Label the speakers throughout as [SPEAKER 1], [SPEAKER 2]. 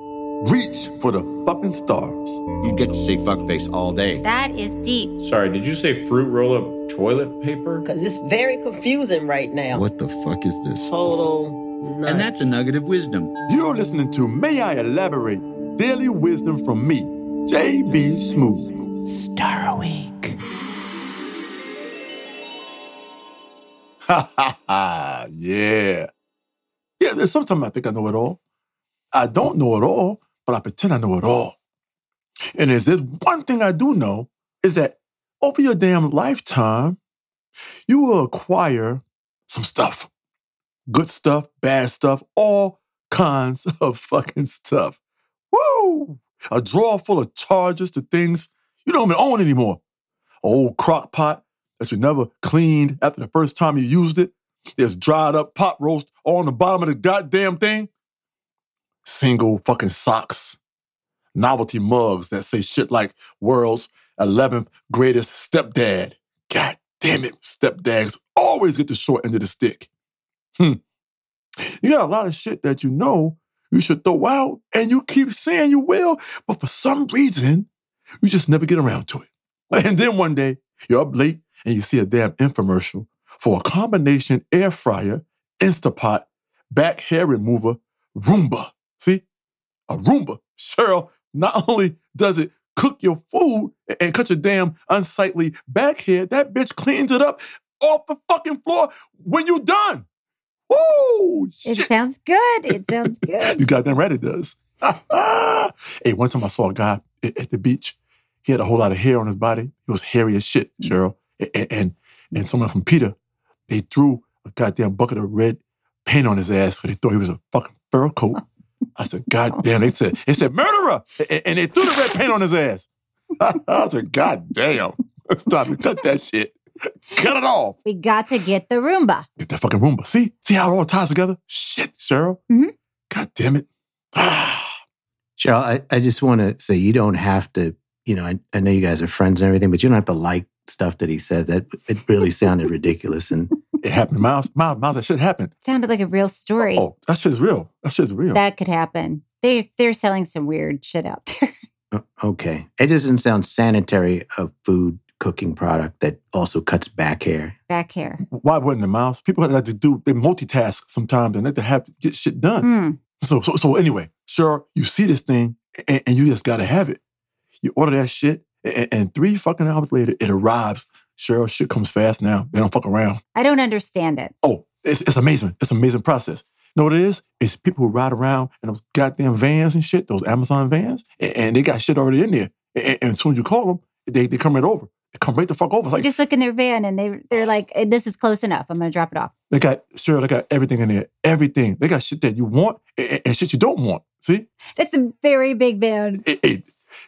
[SPEAKER 1] Reach for the fucking stars.
[SPEAKER 2] You get to say fuckface all day.
[SPEAKER 3] That is deep.
[SPEAKER 4] Sorry, did you say fruit roll up toilet paper?
[SPEAKER 5] Because it's very confusing right now.
[SPEAKER 2] What the fuck is this?
[SPEAKER 5] Total nuts.
[SPEAKER 2] And that's a nugget of wisdom.
[SPEAKER 1] You're listening to May I Elaborate Daily Wisdom from me, JB Smooth.
[SPEAKER 5] Star Awake.
[SPEAKER 1] Ha ha ha, yeah. Yeah, sometimes I think I know it all. I don't know it all, but I pretend I know it all. And is this one thing I do know is that over your damn lifetime, you will acquire some stuff. Good stuff, bad stuff, all kinds of fucking stuff. Woo! A drawer full of charges to things you don't even own anymore. An old crock pot that you never cleaned after the first time you used it. There's dried up pot roast on the bottom of the goddamn thing. Single fucking socks. Novelty mugs that say shit like world's 11th greatest stepdad. God damn it, stepdads always get the short end of the stick. Hmm. You got a lot of shit that you know you should throw out, and you keep saying you will, but for some reason, you just never get around to it. And then one day, you're up late and you see a damn infomercial for a combination air fryer, Instapot, back hair remover, Roomba. See? A Roomba. Cheryl, not only does it cook your food and cut your damn unsightly back hair, that bitch cleans it up off the fucking floor when you done. Woo!
[SPEAKER 3] It
[SPEAKER 1] Shit.
[SPEAKER 3] sounds good. It sounds
[SPEAKER 1] You
[SPEAKER 3] good.
[SPEAKER 1] goddamn right it does. hey, one time I saw a guy a- at the beach. He had a whole lot of hair on his body. He was hairy as shit, Cheryl. A- a- And and someone from Peter, they threw a goddamn bucket of red paint on his ass because they thought he was a fucking fur coat. I said, God damn. They said, they said, murderer. A- a- And they threw the red paint on his ass. I said, God damn. Stop it. Cut that shit. Cut it off.
[SPEAKER 3] we got to get the Roomba.
[SPEAKER 1] Get that fucking Roomba. See? See how it all ties together? Shit, Cheryl.
[SPEAKER 3] Mhm.
[SPEAKER 1] God damn it. Ah.
[SPEAKER 6] Cheryl, I, I just want to say you don't have to, you know, I, I know you guys are friends and everything, but you don't have to like stuff that he says. That it really sounded ridiculous. And
[SPEAKER 1] It happened. Miles, Miles, Miles, that shit happened.
[SPEAKER 3] Sounded like a real story.
[SPEAKER 1] Oh, that shit's real. That shit's real.
[SPEAKER 3] That could happen. They're they're selling some weird shit out there.
[SPEAKER 6] uh, okay, it doesn't sound sanitary of food cooking product that also cuts back hair.
[SPEAKER 3] Back hair.
[SPEAKER 1] Why wouldn't it, Miles? People had to do, they multitask sometimes and they have to have get shit done.
[SPEAKER 3] Hmm.
[SPEAKER 1] So, so, so anyway, sure, you see this thing and, and you just gotta have it. You order that shit and, and three fucking hours later, it arrives. Cheryl, shit comes fast now. They don't fuck around.
[SPEAKER 3] I don't understand it.
[SPEAKER 1] Oh, it's, it's amazing. It's an amazing process. You know what it is? It's people who ride around in those goddamn vans and shit, those Amazon vans, and, and they got shit already in there. And, and- and as soon as you call them, they, they come right over. They come right the fuck over. It's
[SPEAKER 3] You
[SPEAKER 1] like
[SPEAKER 3] just look in their van and they they're like, "Eh, this is close enough. I'm gonna drop it off.
[SPEAKER 1] they got sure they got everything in there. Everything. They got shit that you want and, and- and shit you don't want. See?
[SPEAKER 3] That's a very big van.
[SPEAKER 1] It, it-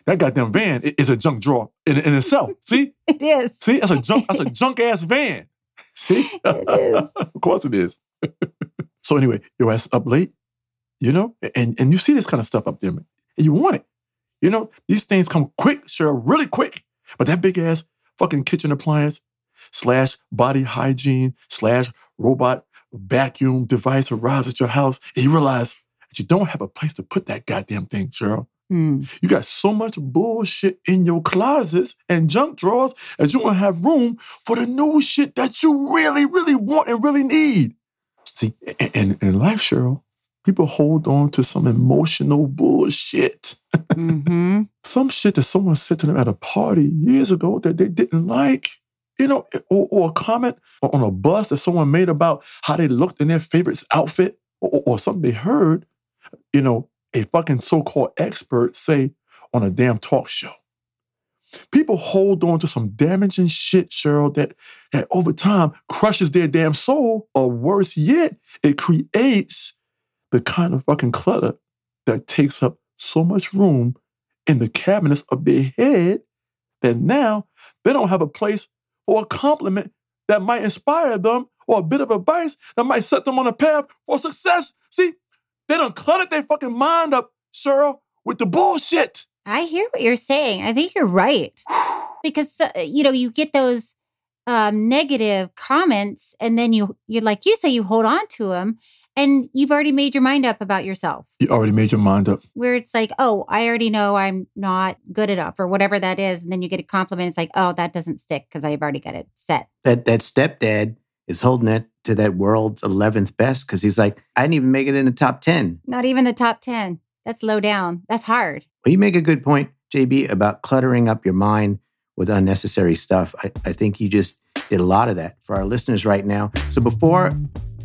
[SPEAKER 1] that goddamn van i- is a junk drawer in, in itself. See?
[SPEAKER 3] It is.
[SPEAKER 1] See? That's a junk, that's a junk ass van. See?
[SPEAKER 3] It is.
[SPEAKER 1] of course it is. so anyway, your ass up late, you know, and and you see this kind of stuff up there, man. And you want it. You know, these things come quick, sure, really quick. But that big ass fucking kitchen appliance slash body hygiene slash robot vacuum device arrives at your house and you realize that you don't have a place to put that goddamn thing, Cheryl.
[SPEAKER 3] Hmm.
[SPEAKER 1] You got so much bullshit in your closets and junk drawers that you won't have room for the new shit that you really, really want and really need. See, and in, in life, Cheryl, people hold on to some emotional bullshit.
[SPEAKER 3] Mm-hmm.
[SPEAKER 1] Some shit that someone said to them at a party years ago that they didn't like. You know, or, or a comment on a bus that someone made about how they looked in their favorite's outfit or- or, or something they heard, you know, a fucking so called expert say on a damn talk show. People hold on to some damaging shit, Cheryl, that, that over time crushes their damn soul, or worse yet, it creates the kind of fucking clutter that takes up so much room in the cabinets of their head that now they don't have a place or a compliment that might inspire them or a bit of advice that might set them on a path for success. See, they don't clutter their fucking mind up, Cheryl, with the bullshit.
[SPEAKER 3] I hear what you're saying. I think you're right. Because, uh, you know, you get those um, negative comments, and then you you like you say you hold on to them, and you've already made your mind up about yourself.
[SPEAKER 1] You already made your mind up.
[SPEAKER 3] Where it's like, oh, I already know I'm not good enough, or whatever that is, and then you get a compliment. It's like, oh, that doesn't stick because I've already got it set.
[SPEAKER 6] That that stepdad is holding it to that world's eleventh best because he's like, I didn't even make it in the top ten.
[SPEAKER 3] Not even the top ten. That's low down. That's hard.
[SPEAKER 6] Well, you make a good point, JB, about cluttering up your mind with unnecessary stuff. I, I think you just did a lot of that for our listeners right now. So before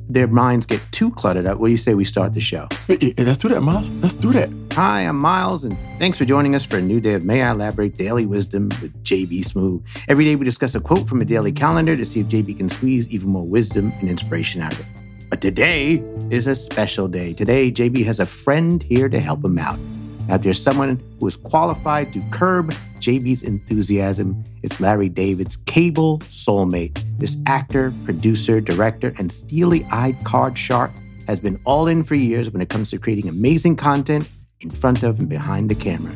[SPEAKER 6] their minds get too cluttered up, what do you say we start the show?
[SPEAKER 1] Hey, hey, hey, let's do that, Miles. Let's do that.
[SPEAKER 6] Hi, I'm Miles, and thanks for joining us for a new day of May I Elaborate Daily Wisdom with JB Smoove. Every day we discuss a quote from a daily calendar to see if JB can squeeze even more wisdom and inspiration out of it. But today is a special day. Today, JB has a friend here to help him out. Now, there's someone who is qualified to curb JB's enthusiasm. It's Larry David's cable soulmate. This actor, producer, director, and steely eyed card shark has been all in for years when it comes to creating amazing content in front of and behind the camera.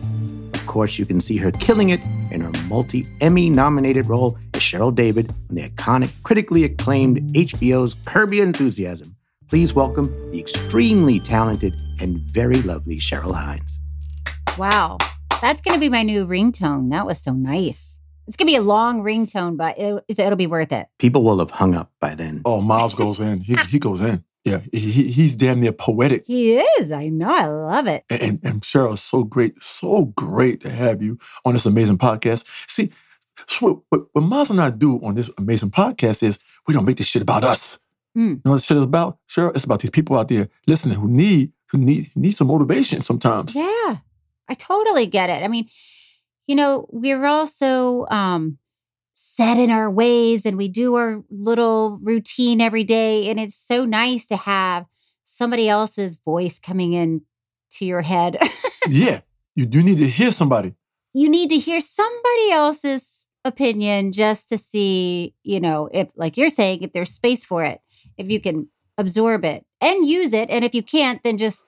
[SPEAKER 6] Of course, you can see her killing it in her multi Emmy nominated role as Cheryl David on the iconic, critically acclaimed HBO's Curb Your Enthusiasm. Please welcome the extremely talented and very lovely Cheryl Hines.
[SPEAKER 3] Wow. That's going to be my new ringtone. That was so nice. It's going to be a long ringtone, but it, it'll be worth it.
[SPEAKER 6] People will have hung up by then.
[SPEAKER 1] Oh, Miles goes in. He, he goes in. Yeah, he, he- he's damn near poetic.
[SPEAKER 3] He is. I know. I love it.
[SPEAKER 1] And, and, and Cheryl, so great, so great to have you on this amazing podcast. See, so what, what Miles and I do on this amazing podcast is we don't make this shit about us.
[SPEAKER 3] Mm.
[SPEAKER 1] You know what this shit is about? Cheryl, it's about these people out there listening who need who need who need some motivation sometimes.
[SPEAKER 3] Yeah, I totally get it. I mean, you know, we're all so um, set in our ways and we do our little routine every day. And it's so nice to have somebody else's voice coming in to your head.
[SPEAKER 1] yeah, you do need to hear somebody.
[SPEAKER 3] you need to hear somebody else's opinion just to see, you know, if, like you're saying, if there's space for it, if you can absorb it and use it. And if you can't, then just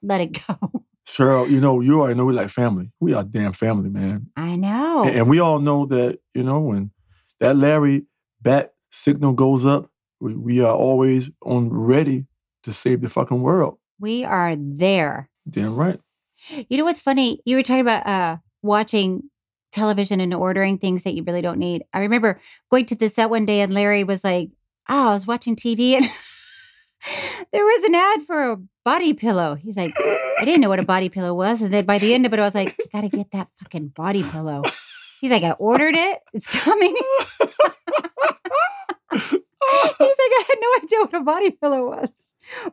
[SPEAKER 3] let it go.
[SPEAKER 1] Cheryl, you know, you already know we like family. We are damn family, man.
[SPEAKER 3] I know.
[SPEAKER 1] And, and we all know that, you know, when that Larry bat signal goes up, we, we are always on ready to save the fucking world.
[SPEAKER 3] We are there.
[SPEAKER 1] Damn right.
[SPEAKER 3] You know what's funny? You were talking about uh, watching television and ordering things that you really don't need. I remember going to the set one day and Larry was like, Oh, I was watching TV and there was an ad for a body pillow. He's like, I didn't know what a body pillow was. And then by the end of it, I was like, Gotta get that fucking body pillow. He's like, I ordered it. It's coming. He's like, I had no idea what a body pillow was.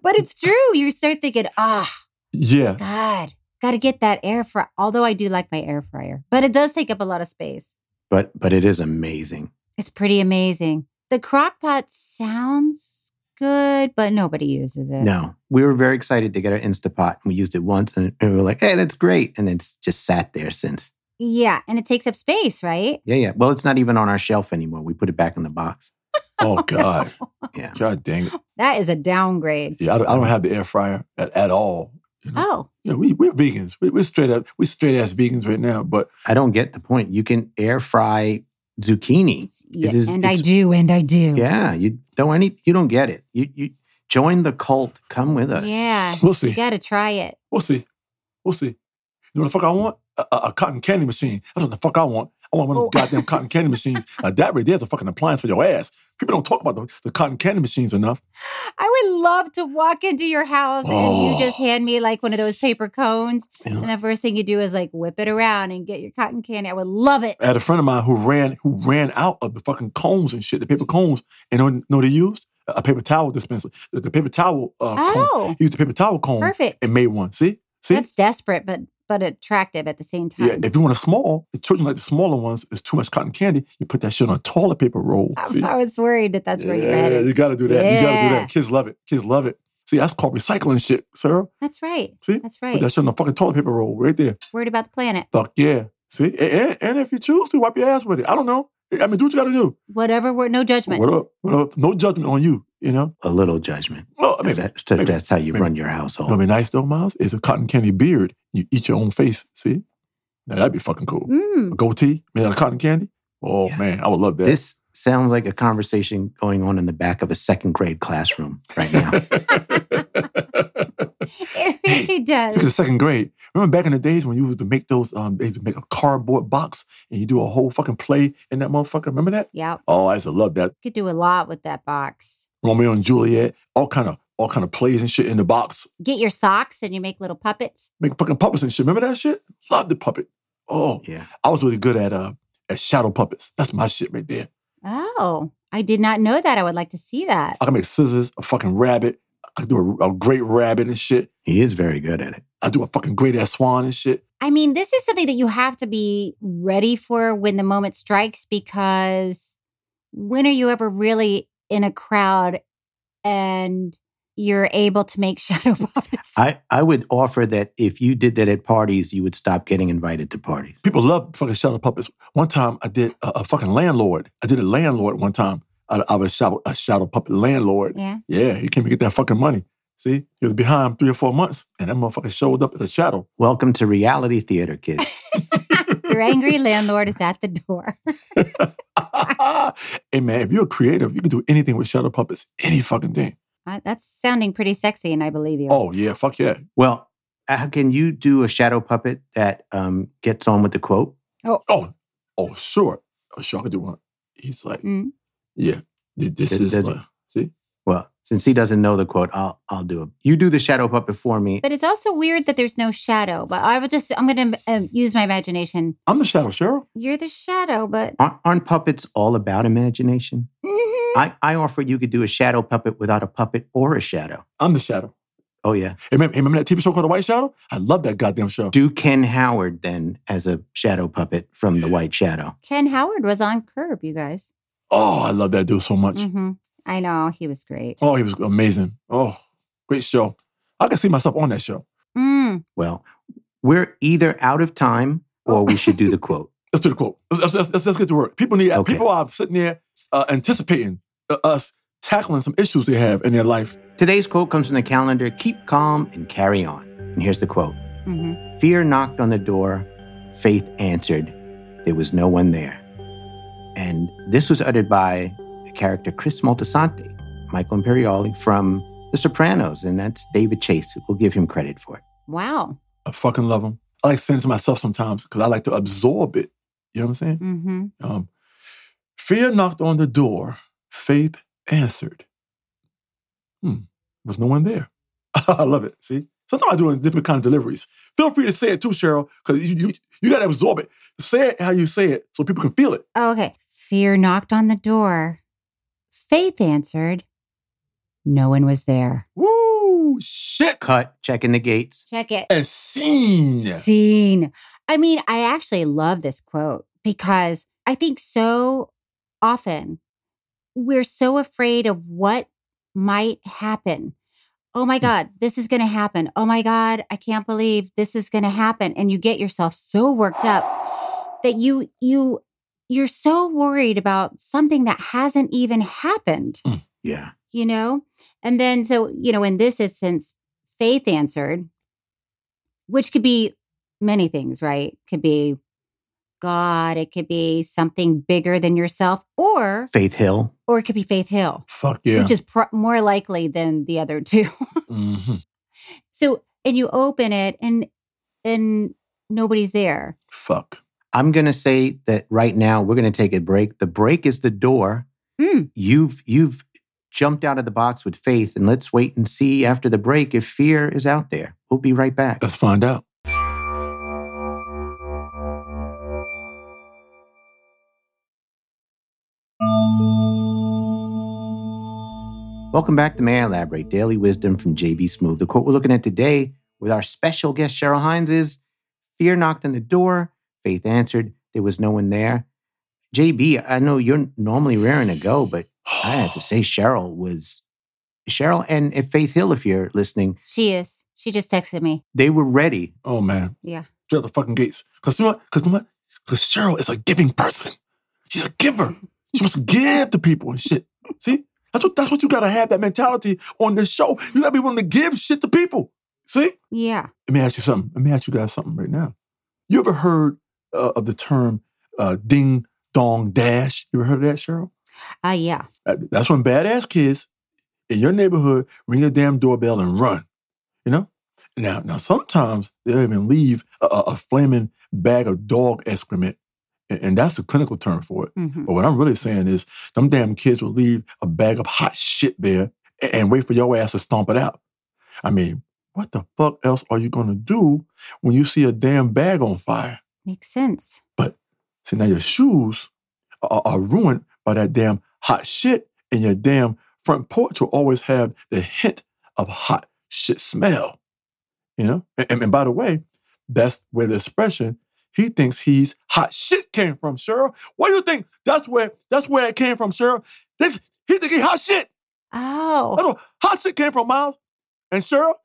[SPEAKER 3] But it's true. You start thinking, ah,
[SPEAKER 1] Yeah.
[SPEAKER 3] God, got to get that air fryer. Although I do like my air fryer, but it does take up a lot of space.
[SPEAKER 6] But but it is amazing.
[SPEAKER 3] It's pretty amazing. The crock pot sounds good, but nobody uses it.
[SPEAKER 6] No, we were very excited to get our Instapot, and we used it once, and, and we were like, "Hey, that's great!" And it's just sat there since.
[SPEAKER 3] Yeah. And it takes up space, right?
[SPEAKER 6] Yeah, yeah. Well, it's not even on our shelf anymore. We put it back in the box.
[SPEAKER 1] Oh, God.
[SPEAKER 6] Yeah.
[SPEAKER 1] God dang it.
[SPEAKER 3] That is a downgrade.
[SPEAKER 1] Yeah, I don't, I don't have the air fryer at, at all. You know?
[SPEAKER 3] Oh,
[SPEAKER 1] Yeah, we, we're vegans. We, we're straight up, we're straight ass vegans right now. But
[SPEAKER 6] I don't get the point. You can air fry zucchini.
[SPEAKER 3] yeah,
[SPEAKER 6] is-
[SPEAKER 3] and I
[SPEAKER 6] it's-
[SPEAKER 3] do. And I do.
[SPEAKER 6] Yeah, you don't any. You don't get it. You you join the cult. Come with us.
[SPEAKER 3] Yeah.
[SPEAKER 1] we'll
[SPEAKER 3] You
[SPEAKER 1] see.
[SPEAKER 3] got to try it.
[SPEAKER 1] We'll see. We'll see. You know what the fuck I want? A, a, a cotton candy machine. That's what the fuck I want. I want one of those
[SPEAKER 3] Oh.
[SPEAKER 1] goddamn cotton candy machines. Now, that right there's a fucking appliance for your ass. People don't talk about the, the cotton candy machines enough.
[SPEAKER 3] I would love to walk into your house and you just
[SPEAKER 1] Oh.
[SPEAKER 3] hand me like one of those paper cones.
[SPEAKER 1] You know?
[SPEAKER 3] And the first thing you do is like whip it around and get your cotton candy. I would love it.
[SPEAKER 1] I had a friend of mine who ran who ran out of the fucking cones and shit, the paper cones, and know, know what he used a a paper towel dispenser, the, the paper towel uh, cone.
[SPEAKER 3] Oh,
[SPEAKER 1] He used the paper towel cone
[SPEAKER 3] perfect.
[SPEAKER 1] and made one. See, see,
[SPEAKER 3] That's desperate, but but attractive at the same time.
[SPEAKER 1] yeah. If you want a small, the children like the smaller ones. It's too much cotton candy. You put that shit on a toilet paper roll. See?
[SPEAKER 3] I, I was worried that that's where you were
[SPEAKER 1] yeah,
[SPEAKER 3] headed.
[SPEAKER 1] you gotta do that. You gotta do
[SPEAKER 3] Yeah.
[SPEAKER 1] that. Kids love it. Kids love it. See, that's called recycling shit, sir.
[SPEAKER 3] That's right.
[SPEAKER 1] See?
[SPEAKER 3] That's
[SPEAKER 1] Put
[SPEAKER 3] right.
[SPEAKER 1] that shit on a fucking toilet paper roll right there.
[SPEAKER 3] Worried about the planet.
[SPEAKER 1] Fuck yeah. See, and, and, and if you choose to, wipe your ass with it. I don't know. I mean, do what you gotta do.
[SPEAKER 3] Whatever. We're, no judgment.
[SPEAKER 1] What up? What up? No judgment on you, you know?
[SPEAKER 6] A little judgment.
[SPEAKER 1] Well, I mean,
[SPEAKER 6] that's, so
[SPEAKER 1] maybe-
[SPEAKER 6] that's how you
[SPEAKER 1] maybe.
[SPEAKER 6] run your household.
[SPEAKER 1] what'd be nice though, Miles, is a cotton candy beard. You eat your own face, see? Now, that'd be fucking cool.
[SPEAKER 3] Mm.
[SPEAKER 1] A goatee made out of cotton candy? Oh,
[SPEAKER 6] Yeah.
[SPEAKER 1] man, I would love that.
[SPEAKER 6] This sounds like a conversation going on in the back of a second grade classroom right now.
[SPEAKER 3] It really
[SPEAKER 1] This is
[SPEAKER 3] does.
[SPEAKER 1] the second grade. Remember back in the days when you would make those, um, they used to make a cardboard box and you do a whole fucking play in that motherfucker. Remember that?
[SPEAKER 3] Yeah,
[SPEAKER 1] Oh, I used to love that.
[SPEAKER 3] could do a lot with that box.
[SPEAKER 1] Romeo and Juliet, all kind of all kind of plays and shit in the box.
[SPEAKER 3] Get your socks and you make little puppets.
[SPEAKER 1] Make fucking puppets and shit. Remember that shit? Love the puppet. Oh,
[SPEAKER 6] Yeah.
[SPEAKER 1] I was really good at uh at shadow puppets. That's my shit right there.
[SPEAKER 3] Oh, I did not know that. I would like to see that.
[SPEAKER 1] I can make scissors, a fucking rabbit. I can do a, a great rabbit and shit.
[SPEAKER 6] He is very good at it.
[SPEAKER 1] I do a fucking great ass swan and shit.
[SPEAKER 3] I mean, this is something that you have to be ready for when the moment strikes because when are you ever really in a crowd and you're able to make shadow puppets?
[SPEAKER 6] I, I would offer that if you did that at parties, you would stop getting invited to parties.
[SPEAKER 1] People love fucking shadow puppets. One time I did a, a fucking landlord. I did a landlord one time. I, I was a shadow, a shadow puppet landlord.
[SPEAKER 3] yeah.
[SPEAKER 1] Yeah, he came to get that fucking money. See, he was behind three or four months, and that motherfucker showed up as a shadow.
[SPEAKER 6] Welcome to reality theater, kids.
[SPEAKER 3] Your angry landlord is at the door.
[SPEAKER 1] hey man, if you're a creative, you can do anything with shadow puppets, any fucking thing.
[SPEAKER 3] Uh, That's sounding pretty sexy, and I believe you.
[SPEAKER 1] Oh yeah, fuck yeah.
[SPEAKER 6] Well, how can you do a shadow puppet that um, gets on with the quote?
[SPEAKER 1] Oh, oh sure, oh, sure I could do one. He's like,
[SPEAKER 3] Mm.
[SPEAKER 1] yeah, th- this
[SPEAKER 6] Did-
[SPEAKER 1] is
[SPEAKER 6] did-
[SPEAKER 1] like, see,
[SPEAKER 6] Well, since he doesn't know the quote, I'll I'll do it. You do the shadow puppet for me.
[SPEAKER 3] But it's also weird that there's no shadow. But I will just, I'm going to um, use my imagination.
[SPEAKER 1] I'm the shadow, Cheryl.
[SPEAKER 3] You're the shadow, but
[SPEAKER 6] Aren't, aren't puppets all about imagination?
[SPEAKER 3] Mhm.
[SPEAKER 6] I, I offer you could do a shadow puppet without a puppet or a shadow.
[SPEAKER 1] I'm the shadow.
[SPEAKER 6] Oh yeah,
[SPEAKER 1] Hey, remember, hey, remember that TV show called The White Shadow? I love that goddamn show.
[SPEAKER 6] do Ken Howard then as a shadow puppet from the White Shadow.
[SPEAKER 3] Ken Howard was on Curb, you guys.
[SPEAKER 1] Oh, I love that dude so much.
[SPEAKER 3] hmm I know he was great.
[SPEAKER 1] Oh, he was amazing. Oh, great show. I can see myself on that show.
[SPEAKER 3] Mm.
[SPEAKER 6] Well, we're either out of time or we should do the quote.
[SPEAKER 1] Let's do the quote. Let's, let's, let's, let's get to work. People need.
[SPEAKER 6] Okay.
[SPEAKER 1] People are sitting there uh, anticipating uh, us tackling some issues they have in their life.
[SPEAKER 6] Today's quote comes from the calendar. Keep calm and carry on. And here's the quote.
[SPEAKER 3] hmm
[SPEAKER 6] Fear knocked on the door. Faith answered. There was no one there. And this was uttered by the character Chris Moltisanti, Michael Imperioli from The Sopranos, and that's David Chase. We'll give him credit for it.
[SPEAKER 3] Wow.
[SPEAKER 1] I fucking love them. I like saying it to myself sometimes because I like to absorb it. You know what I'm saying?
[SPEAKER 3] hmm
[SPEAKER 1] Um, fear knocked on the door. Faith answered. Hmm, there was no one there. I love it. See, sometimes I do it in different kind of deliveries. Feel free to say it too, Cheryl, because you you, you got to absorb it. Say it how you say it so people can feel it.
[SPEAKER 3] Oh, okay. Fear knocked on the door. Faith answered. No one was there.
[SPEAKER 1] Woo! Shit.
[SPEAKER 6] Cut, checking the gates.
[SPEAKER 3] Check it.
[SPEAKER 1] And scene.
[SPEAKER 3] Scene. I mean, I actually love this quote because I think so often we're so afraid of what might happen. Oh my God, this is going to happen. Oh my God, I can't believe this is going to happen. And you get yourself so worked up that you, you, you're so worried about something that hasn't even happened
[SPEAKER 6] Yeah.
[SPEAKER 3] you know? And then, so, you know, in this instance, faith answered, which could be many things, right? Could be God, it could be something bigger than yourself, or,
[SPEAKER 6] Faith Hill.
[SPEAKER 3] or it could be Faith Hill,
[SPEAKER 1] Fuck yeah.
[SPEAKER 3] which is pro- more likely than the other two.
[SPEAKER 1] Mhm.
[SPEAKER 3] so, and you open it and, and nobody's there.
[SPEAKER 1] Fuck.
[SPEAKER 6] I'm going to say that right now we're going to take a break. The break is the door.
[SPEAKER 3] Mm.
[SPEAKER 6] You've you've jumped out of the box with faith and let's wait and see after the break if fear is out there. We'll be right back.
[SPEAKER 1] Let's find out.
[SPEAKER 6] Welcome back to May I Elaborate Daily Wisdom from JB Smooth. The quote we're looking at today with our special guest, Cheryl Hines, is Fear knocked on the door. Faith answered. There was no one there. JB, I know you're normally raring to go, but I have to say, Cheryl was. Cheryl and if Faith Hill, if you're listening,
[SPEAKER 3] She is. She just texted me.
[SPEAKER 6] they were ready.
[SPEAKER 1] Oh man.
[SPEAKER 3] Yeah.
[SPEAKER 1] Shut the fucking gates. Cause you know what? Cause you know what? Cause Cheryl is a giving person. She's a giver. She wants to give to people and shit. See? That's what that's what you gotta have that mentality on this show. You gotta be willing to give shit to people. See?
[SPEAKER 3] Yeah.
[SPEAKER 1] Let me ask you something. Let me ask you guys something right now. You ever heard uh, of the term uh, ding Dong Dash. You ever heard of that, Cheryl?
[SPEAKER 3] Ah, yeah.
[SPEAKER 1] Uh, That's when badass kids in your neighborhood ring your damn doorbell and run. You know? Now, now sometimes they'll even leave a, a a flaming bag of dog excrement. And, and that's the clinical term for it.
[SPEAKER 3] Mhm.
[SPEAKER 1] But what I'm really saying is them damn kids will leave a bag of hot shit there and, and wait for your ass to stomp it out. I mean, what the fuck else are you gonna do when you see a damn bag on fire?
[SPEAKER 3] Makes sense.
[SPEAKER 1] See, now your shoes are, are ruined by that damn hot shit, and your damn front porch will always have the hint of hot shit smell. You know? And, and- and by the way, that's where the expression he thinks he's hot shit came from, Cheryl. What do you think? That's where that's where it came from, Cheryl. This, he think he hot shit.
[SPEAKER 3] Oh,
[SPEAKER 1] That's where hot shit came from, Miles. And Cheryl,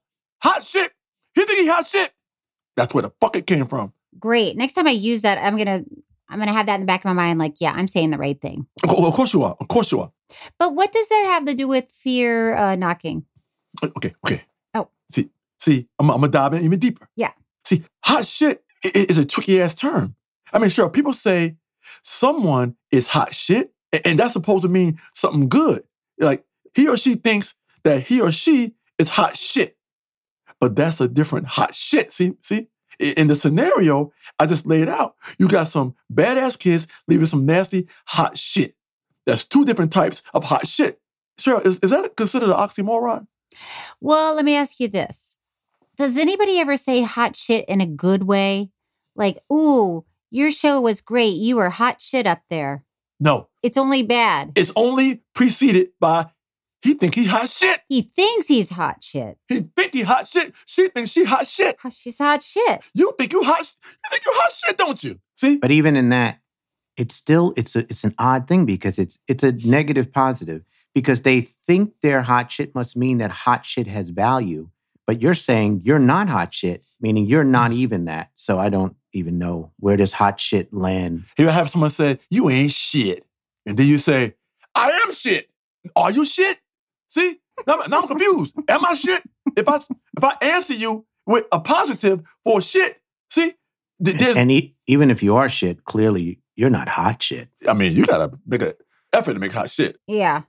[SPEAKER 1] hot shit. He think he hot shit. That's where the fuck it came from.
[SPEAKER 3] great. Next time I use that, I'm gonna I'm gonna have that in the back of my mind. Like, yeah, I'm saying the right thing.
[SPEAKER 1] Of co- of course you are. Of course you are.
[SPEAKER 3] But what does that have to do with fear uh, knocking?
[SPEAKER 1] Okay, okay.
[SPEAKER 3] Oh.
[SPEAKER 1] See, see, I'm, I'm gonna dive in even deeper.
[SPEAKER 3] Yeah.
[SPEAKER 1] See, hot shit i- i- is a tricky ass term. I mean, sure, people say someone is hot shit, a- and that's supposed to mean something good. Like he or she thinks that he or she is hot shit, but that's a different hot shit. See, see. I- In the scenario I just laid out, you got some badass kids leaving some nasty hot shit. That's two different types of hot shit. Sure, is, is that considered an oxymoron?
[SPEAKER 3] Well, let me ask you this. Does anybody ever say hot shit in a good way? Like, ooh, your show was great. You were hot shit up there.
[SPEAKER 1] No,
[SPEAKER 3] It's only bad.
[SPEAKER 1] it's only preceded by he think he hot shit.
[SPEAKER 3] He thinks he's hot shit.
[SPEAKER 1] He think he hot shit. She think she hot shit.
[SPEAKER 3] Huh, She's hot shit.
[SPEAKER 1] You think you hot. sh- You think you hot shit, don't you? See,
[SPEAKER 6] But even in that, it's still it's a, it's an odd thing because it's it's a negative positive because they think their hot shit must mean that hot shit has value, but you're saying you're not hot shit, meaning you're not even that. So I don't even know where does hot shit land.
[SPEAKER 1] here I have someone say you ain't shit, and then you say I am shit. Are you shit? See, now, I'm- now I'm confused. Am I shit? If I if I answer you with a positive for shit, see, th- there's
[SPEAKER 6] And e- even if you are shit, clearly you're not hot shit.
[SPEAKER 1] I mean you gotta make an effort to make hot shit.
[SPEAKER 3] Yeah.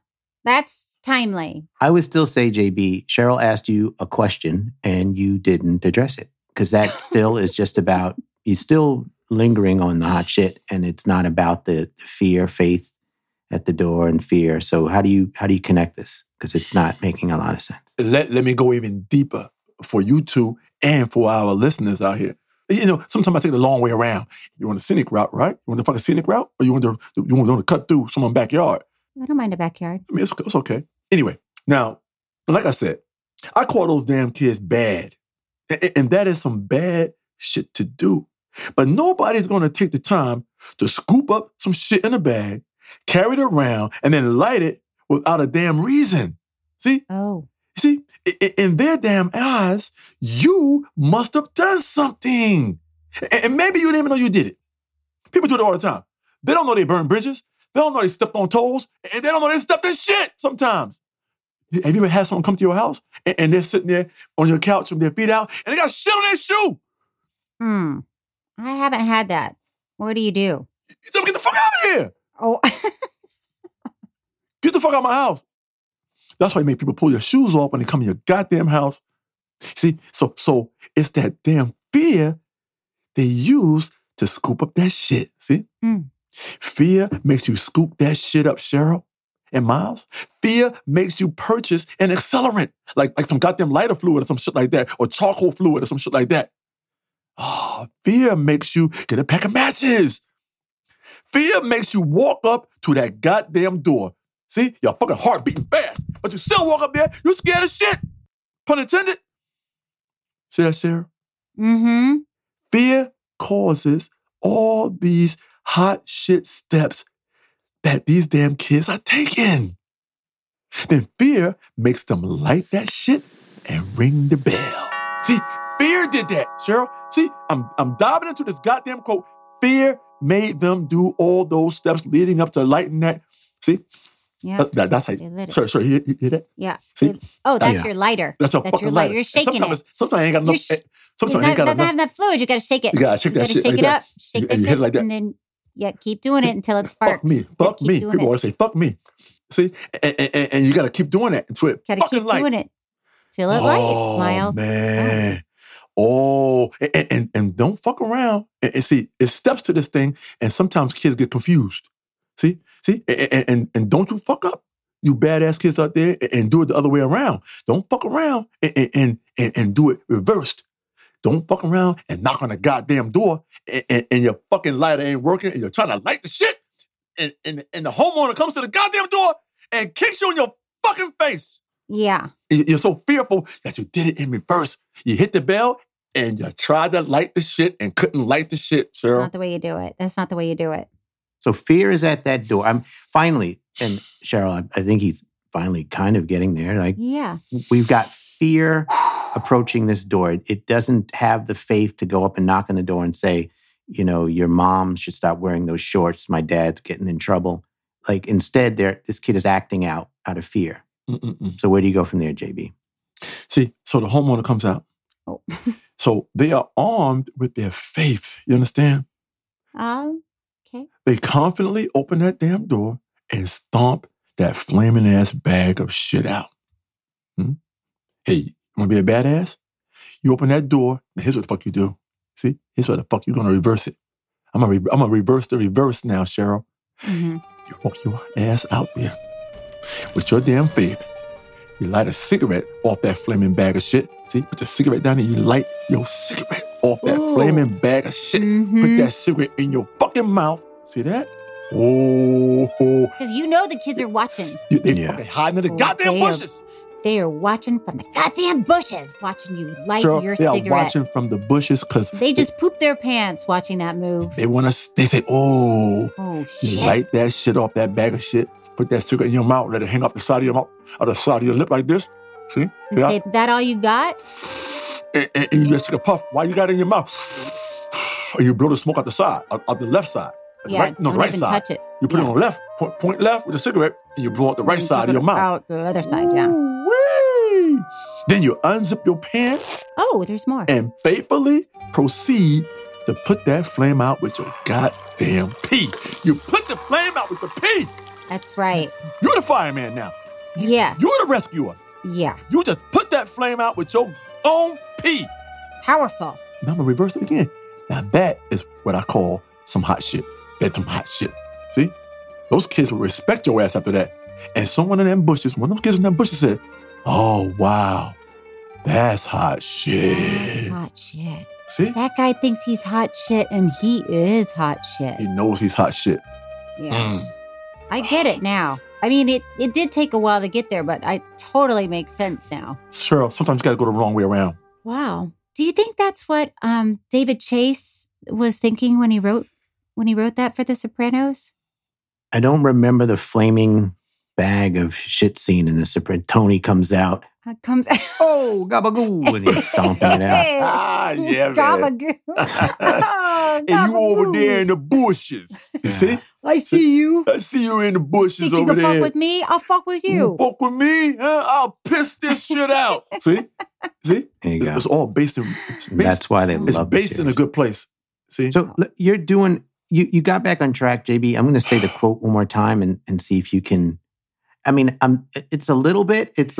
[SPEAKER 3] That's timely.
[SPEAKER 6] I would still say, JB, Cheryl asked you a question and you didn't address it because that still is just about you still lingering on the hot shit and it's not about the fear, faith at the door and fear. So how do you how do you connect this? Because it's not making a lot of sense.
[SPEAKER 1] let let me go even deeper for you two and for our listeners out here. You know, sometimes I take the long way around. You want the scenic route, right? You want the fucking scenic route, or you want to you want to cut through someone's backyard.
[SPEAKER 3] I don't mind a backyard.
[SPEAKER 1] I mean, it's, it's okay. Anyway, now, like I said, I call those damn kids bad, A- a- and that is some bad shit to do. But nobody's going to take the time to scoop up some shit in a bag, carry it around, and then light it without a damn reason. See,
[SPEAKER 3] Oh,
[SPEAKER 1] See, i- i- in their damn eyes, you must have done something. A- And maybe you didn't even know you did it. People do it all the time. They don't know they burned bridges. They don't know they stepped on toes. And they don't know they stepped in shit sometimes. Have you ever had someone come to your house and, and they're sitting there on your couch with their feet out and they got shit on their shoe?
[SPEAKER 3] hmm. I haven't had that. What do you do?
[SPEAKER 1] You tell them, get the fuck out of here.
[SPEAKER 3] Oh,
[SPEAKER 1] Get the fuck out of my house. That's why you make people pull your shoes off when they come to your goddamn house. See, so so it's that damn fear they use to scoop up that shit. See?
[SPEAKER 3] Mm.
[SPEAKER 1] Fear makes you scoop that shit up, Cheryl and Miles. Fear makes you purchase an accelerant, like, like some goddamn lighter fluid or some shit like that, or charcoal fluid or some shit like that. Ah, fear makes you get a pack of matches. Fear makes you walk up to that goddamn door. See, your fucking heart beating fast, but you still walk up there. You scared as shit. Pun intended. See that, Sarah?
[SPEAKER 3] mm-hmm.
[SPEAKER 1] Fear causes all these hot shit steps that these damn kids are taking. Then fear makes them light that shit and ring the bell. See, fear did that, Cheryl. See, I'm, I'm diving into this goddamn quote. Fear made them do all those steps leading up to lighting that. See,
[SPEAKER 3] Yeah.
[SPEAKER 1] that, that- that's how.
[SPEAKER 3] They lit it.
[SPEAKER 1] Sure, sure. You, you hear that?
[SPEAKER 3] Yeah.
[SPEAKER 1] See?
[SPEAKER 3] They- Oh, that's
[SPEAKER 6] yeah.
[SPEAKER 3] your lighter.
[SPEAKER 1] That's your
[SPEAKER 3] That's
[SPEAKER 1] fucking
[SPEAKER 3] your lighter.
[SPEAKER 1] lighter.
[SPEAKER 3] You're
[SPEAKER 1] And
[SPEAKER 3] shaking it.
[SPEAKER 1] sometimes, Sometimes I ain't got
[SPEAKER 3] You're
[SPEAKER 1] enough.
[SPEAKER 3] sh-
[SPEAKER 1] sometimes I ain't got
[SPEAKER 3] that, doesn't
[SPEAKER 1] enough.
[SPEAKER 3] have that fluid. You got to shake it.
[SPEAKER 1] You gotta shake that
[SPEAKER 3] you gotta
[SPEAKER 1] shit.
[SPEAKER 3] shake
[SPEAKER 1] like
[SPEAKER 3] it
[SPEAKER 1] that.
[SPEAKER 3] up. Shake
[SPEAKER 1] You-
[SPEAKER 3] that
[SPEAKER 1] you hit
[SPEAKER 3] shit,
[SPEAKER 1] it like that.
[SPEAKER 3] and then Yeah, keep doing it until it sparks.
[SPEAKER 1] Fuck me.
[SPEAKER 3] Yeah,
[SPEAKER 1] Fuck
[SPEAKER 3] keep
[SPEAKER 1] me.
[SPEAKER 3] doing
[SPEAKER 1] People
[SPEAKER 3] it.
[SPEAKER 1] always say, fuck me. See? And, and- and- and you got to keep doing that until it
[SPEAKER 3] Gotta
[SPEAKER 1] fucking
[SPEAKER 3] keep
[SPEAKER 1] lights.
[SPEAKER 3] doing it till it lights. Smiles.
[SPEAKER 1] Oh, Man. Oh, and- and, and, and don't fuck around. And, and see, it's steps to this thing, and sometimes kids get confused. See, see, and, and- and, and don't you fuck up, you badass kids out there, and, and do it the other way around. Don't fuck around and, and- and, and, and do it reversed. Don't fuck around and knock on the goddamn door, and, and, and your fucking lighter ain't working, and you're trying to light the shit, and, and, and the homeowner comes to the goddamn door and kicks you in your fucking face.
[SPEAKER 3] Yeah.
[SPEAKER 1] You- You're so fearful that you did it in reverse. You hit the bell and you tried to light the shit and couldn't light the shit, Cheryl.
[SPEAKER 3] Not the way you do it. That's not the way you do it.
[SPEAKER 6] So fear is at that door. I'm finally, and Cheryl, I, I think he's finally kind of getting there. Like
[SPEAKER 3] Yeah.
[SPEAKER 6] we've got fear approaching this door. It doesn't have the faith to go up and knock on the door and say, you know, your mom should stop wearing those shorts. My dad's getting in trouble. Like instead, there, this kid is acting out out of fear.
[SPEAKER 1] Mm-mm-mm.
[SPEAKER 6] So where do you go from there, JB?
[SPEAKER 1] See, so the homeowner comes out.
[SPEAKER 3] Oh.
[SPEAKER 1] So they are armed with their faith. You understand?
[SPEAKER 3] Um. Okay.
[SPEAKER 1] They confidently open that damn door and stomp that flaming ass bag of shit out. Hmm? Hey, you wanna be a badass? You open that door, and here's what the fuck you do. See? Here's what the fuck you're gonna reverse it. I'm gonna, re- I'm gonna reverse the reverse now, Cheryl.
[SPEAKER 3] hmm
[SPEAKER 1] You walk your ass out there with your damn faith. You light a cigarette off that flaming bag of shit. See, put your cigarette down and you light your cigarette off that
[SPEAKER 3] Ooh. Mm-hmm.
[SPEAKER 1] flaming bag of shit. Put
[SPEAKER 3] Because
[SPEAKER 1] that cigarette in your fucking mouth. See that? Oh, oh.
[SPEAKER 3] you know the kids are watching.
[SPEAKER 1] You- they
[SPEAKER 6] Yeah.
[SPEAKER 1] fucking hiding in the
[SPEAKER 3] Oh,
[SPEAKER 1] goddamn
[SPEAKER 3] damn.
[SPEAKER 1] bushes.
[SPEAKER 3] They are watching from the goddamn bushes, watching you light
[SPEAKER 1] Cheryl,
[SPEAKER 3] your
[SPEAKER 1] they are
[SPEAKER 3] cigarette.
[SPEAKER 1] watching from the bushes because
[SPEAKER 3] They just poop their pants watching that move.
[SPEAKER 1] they want to. They say, "Oh,
[SPEAKER 3] Oh shit!
[SPEAKER 1] You light that shit off that bag of shit. Put that cigarette in your mouth. Let it hang off the side of your mouth or the side of your lip like this. See?
[SPEAKER 3] And
[SPEAKER 1] Yeah.
[SPEAKER 3] Say that all you got?
[SPEAKER 1] and, and- and you just take a puff. Why you got it in your mouth? Or you blow the smoke out the side, out, out the left side, the
[SPEAKER 3] Yeah.
[SPEAKER 1] right, no, the
[SPEAKER 3] don't
[SPEAKER 1] right
[SPEAKER 3] even
[SPEAKER 1] side.
[SPEAKER 3] touch it.
[SPEAKER 1] You put it
[SPEAKER 3] Yeah.
[SPEAKER 1] on the left, point, point left with a cigarette, and you blow out the right
[SPEAKER 3] You
[SPEAKER 1] side of
[SPEAKER 3] put
[SPEAKER 1] your
[SPEAKER 3] it
[SPEAKER 1] mouth.
[SPEAKER 3] Out the other side. Yeah.
[SPEAKER 1] Ooh-wee. Then you unzip your pants
[SPEAKER 3] Oh, there's more.
[SPEAKER 1] and faithfully proceed to put that flame out with your goddamn pee. You put the flame out with your pee.
[SPEAKER 3] That's right.
[SPEAKER 1] You're the fireman now.
[SPEAKER 3] Yeah.
[SPEAKER 1] You're the rescuer.
[SPEAKER 3] Yeah.
[SPEAKER 1] You just put that flame out with your own pee.
[SPEAKER 3] Powerful.
[SPEAKER 1] Now I'm gonna reverse it again. Now that is what I call some hot shit. That's some hot shit. See? Those kids will respect your ass after that. And someone in them bushes, one of them kids in them bushes said, Oh wow, that's hot
[SPEAKER 3] That's
[SPEAKER 1] shit.
[SPEAKER 3] hot shit.
[SPEAKER 1] See?
[SPEAKER 3] That guy thinks he's hot shit, and he is hot shit.
[SPEAKER 1] He knows he's hot shit.
[SPEAKER 3] Yeah.
[SPEAKER 1] Mm.
[SPEAKER 3] I get it now. I mean, it, it did take a while to get there, but I totally makes sense now.
[SPEAKER 1] Cheryl, sometimes you gotta go the wrong way around.
[SPEAKER 3] Wow. Do you think that's what um, David Chase was thinking when he wrote when he wrote that for The Sopranos?
[SPEAKER 6] I don't remember the flaming bag of shit scene in the Sopranos. Tony comes out.
[SPEAKER 3] Uh, comes
[SPEAKER 6] Oh, gabagoo! And he's stomping it out.
[SPEAKER 1] Ah, yeah, man.
[SPEAKER 3] Gabagoo. Oh,
[SPEAKER 1] And you over
[SPEAKER 3] gabagoo.
[SPEAKER 1] there in the bushes. You see?
[SPEAKER 3] I see you.
[SPEAKER 1] I see you in the bushes
[SPEAKER 3] Think you
[SPEAKER 1] over
[SPEAKER 3] can fuck
[SPEAKER 1] there.
[SPEAKER 3] with me? I'll fuck with you.
[SPEAKER 1] fuck with me? Huh? I'll piss this shit out. See? See?
[SPEAKER 6] There you
[SPEAKER 1] It's,
[SPEAKER 6] go.
[SPEAKER 1] it's all based in it's based,
[SPEAKER 6] That's why they
[SPEAKER 1] it's
[SPEAKER 6] love the
[SPEAKER 1] based in a
[SPEAKER 6] series.
[SPEAKER 1] good place. See?
[SPEAKER 6] So look, you're doing you you got back on track, JB. I'm going to say the quote one more time and and see if you can. I mean, I'm. It's a little bit. It's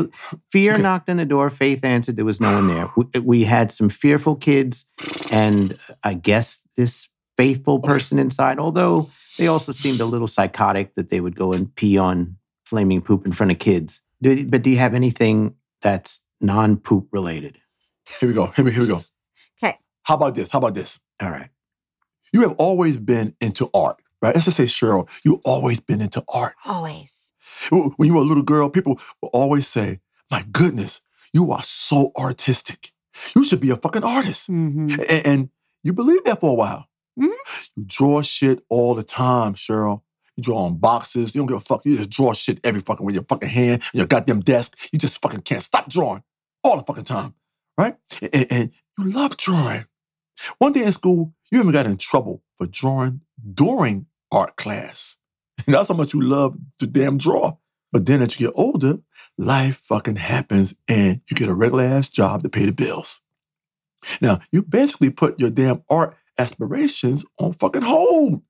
[SPEAKER 6] fear
[SPEAKER 1] Okay.
[SPEAKER 6] knocked on the door. Faith answered. There was no one there. We, eh, we had some fearful kids, and I guess this faithful person inside. Although they also seemed a little psychotic that they would go and pee on flaming poop in front of kids. Do, but do you have anything that's non-poop related?
[SPEAKER 1] here we go. Here we, here we go.
[SPEAKER 3] 'Kay.
[SPEAKER 1] How about this? How about this?
[SPEAKER 6] All right.
[SPEAKER 1] You have always been into art, right? Let's just say, Cheryl, you've always been into art.
[SPEAKER 3] Always.
[SPEAKER 1] When you were a little girl, people will always say, My goodness, you are so artistic. You should be a fucking artist.
[SPEAKER 3] Mhm.
[SPEAKER 1] And, and you believe that for a while.
[SPEAKER 3] Mhm.
[SPEAKER 1] You draw shit all the time, Cheryl. You draw on boxes. You don't give a fuck. You just draw shit every fucking with your fucking hand and your goddamn desk. You just fucking can't stop drawing all the fucking time, right? And, and- and you love drawing. One day in school, you even got in trouble for drawing during art class. That's how much you love to damn draw. But then as you get older, life fucking happens and you get a regular ass job to pay the bills. Now, you basically put your damn art aspirations on fucking hold.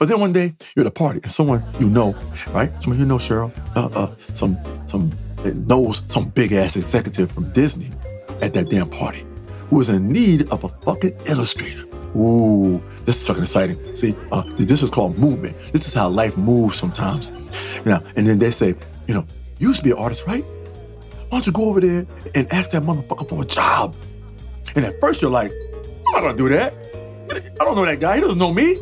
[SPEAKER 1] But then one day you're at a party and someone you know, right? Someone you know, Cheryl, uh, uh, some some that knows some big ass executive from Disney at that damn party who is in need of a fucking illustrator. Ooh, this is fucking exciting. See, uh, this is called movement. This is how life moves sometimes. Now, and then they say, you know, you used to be an artist, right? Why don't you go over there and ask that motherfucker for a job? And at first you're like, I'm not gonna do that. I don't know that guy. He doesn't know me.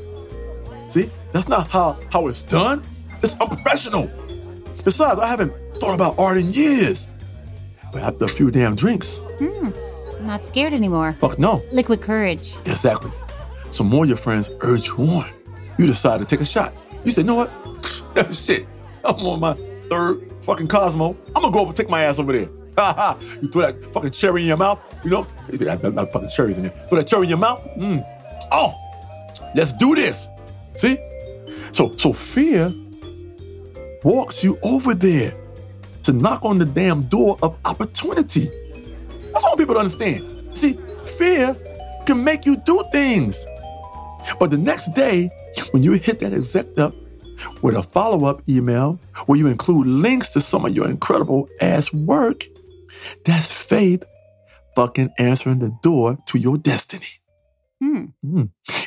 [SPEAKER 1] See, that's not how how it's done. It's unprofessional. Besides, I haven't thought about art in years. But after a few damn drinks,
[SPEAKER 3] Hmm. I'm not scared anymore.
[SPEAKER 1] fuck no.
[SPEAKER 3] Liquid courage.
[SPEAKER 1] Exactly. So more of your friends urge you on. You decide to take a shot. You say, you know what? That shit. I'm on my third fucking Cosmo. I'm gonna go over and take my ass over there. Ha ha. You throw that fucking cherry in your mouth, you know? You think, I got got fucking cherries in there. Throw that cherry in your mouth. Mm. Oh, let's do this. See? So so fear walks you over there to knock on the damn door of opportunity. That's what I want people to understand. See, fear can make you do things. But the next day, when you hit that exec up with a follow up email where you include links to some of your incredible ass work, that's faith fucking answering the door to your destiny.
[SPEAKER 3] Hmm.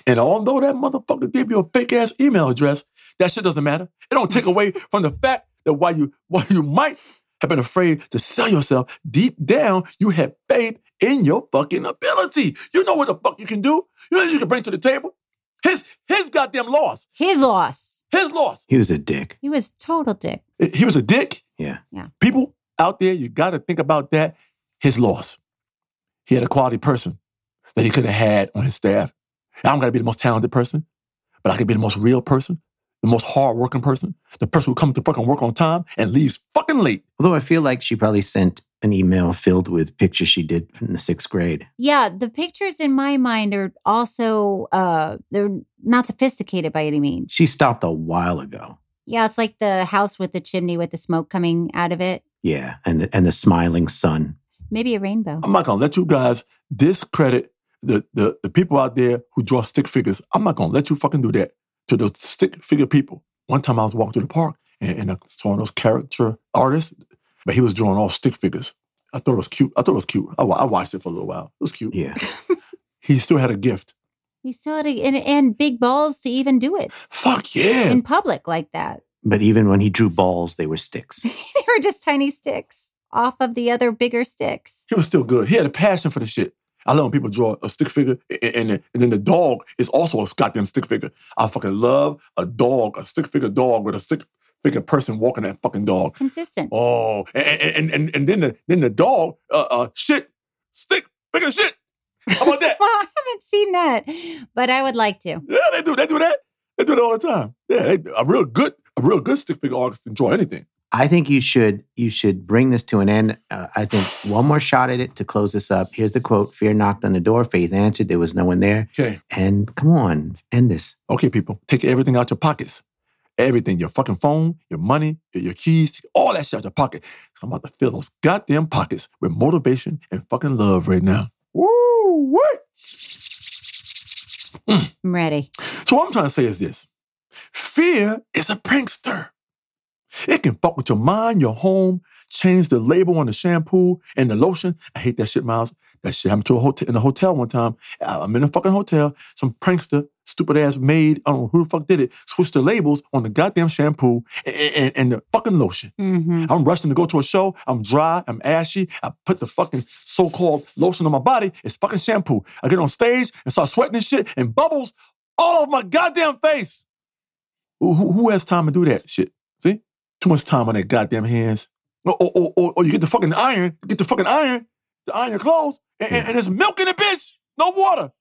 [SPEAKER 1] And although that motherfucker gave you a fake ass email address, that shit doesn't matter. It don't take away from the fact that while you while you might have been afraid to sell yourself, deep down you had faith in your fucking ability. You know what the fuck you can do. You know what you can bring to the table. His his goddamn loss.
[SPEAKER 3] His loss.
[SPEAKER 1] His loss.
[SPEAKER 6] He was a dick.
[SPEAKER 3] He was total dick.
[SPEAKER 1] He was a dick.
[SPEAKER 6] Yeah.
[SPEAKER 1] People out there, you got to think about that. His loss. He had a quality person that he could have had on his staff. I'm going to be the most talented person, but I could be the most real person, the most hardworking person, the person who comes to fucking work on time and leaves fucking late.
[SPEAKER 6] Although I feel like she probably sent an email filled with pictures she did from the sixth grade.
[SPEAKER 3] Yeah, the pictures in my mind are also uh they're not sophisticated by any means.
[SPEAKER 6] She stopped a while ago.
[SPEAKER 3] Yeah, it's like the house with the chimney with the smoke coming out of it.
[SPEAKER 6] Yeah, and the, and the smiling sun.
[SPEAKER 3] Maybe a rainbow.
[SPEAKER 1] I'm not going to let you guys discredit the, the, the people out there who draw stick figures. I'm not going to let you fucking do that to those stick figure people. One time I was walking through the park and, and I saw one of those character artists, but he was drawing all stick figures. I thought it was cute. I thought it was cute. I, wa- I watched it for a little while. It was cute.
[SPEAKER 6] Yeah,
[SPEAKER 1] He still had a gift.
[SPEAKER 3] He still had a, and, and big balls to even do it
[SPEAKER 1] Fuck yeah.
[SPEAKER 3] in public like that.
[SPEAKER 6] but even when he drew balls, they were sticks.
[SPEAKER 3] they were just tiny sticks off of the other bigger sticks.
[SPEAKER 1] he was still good. He had a passion for the shit. I love when people draw a stick figure, a- a- and, and then the dog is also a goddamn stick figure. I fucking love a dog, a stick figure dog with a stick figure person walking that fucking dog.
[SPEAKER 3] Consistent.
[SPEAKER 1] Oh, and and and, and then the then the dog, uh, uh, shit, stick figure shit. How about that?
[SPEAKER 3] Well, I haven't seen that, but I would like to.
[SPEAKER 1] yeah, they do. They do that. They do it all the time. Yeah, they, a real good, a real good stick figure artist can draw anything.
[SPEAKER 6] I think you should you should bring this to an end. Uh, I think one more shot at it to close this up. Here's the quote: "Fear knocked on the door. Faith answered. There was no one there."
[SPEAKER 1] Okay.
[SPEAKER 6] And come on, end this.
[SPEAKER 1] Okay, people, take everything out your pockets. Everything, your fucking phone, your money, your, your keys, all that shit out your pocket. I'm about to fill those goddamn pockets with motivation and fucking love right now. Woo, what?
[SPEAKER 3] I'm ready.
[SPEAKER 1] So what I'm trying to say is this. Fear is a prankster. It can fuck with your mind, your home, change the label on the shampoo and the lotion. I hate that shit, Miles. That shit happened to a hotel in a hotel one time. I- I'm in a fucking hotel. Some prankster, stupid ass maid, I don't know who the fuck did it, switched the labels on the goddamn shampoo and, and, and the fucking lotion.
[SPEAKER 3] hmm
[SPEAKER 1] I'm rushing to go to a show. I'm dry. I'm ashy. I put the fucking so-called lotion on my body. It's fucking shampoo. I get on stage and start sweating and shit and bubbles all over my goddamn face. Who, who- who has time to do that shit? See? Too much time on their goddamn hands. Or, or, or, or- or you get the fucking iron, get the fucking iron to iron your clothes, and, and, and it's milk in the bitch. No water.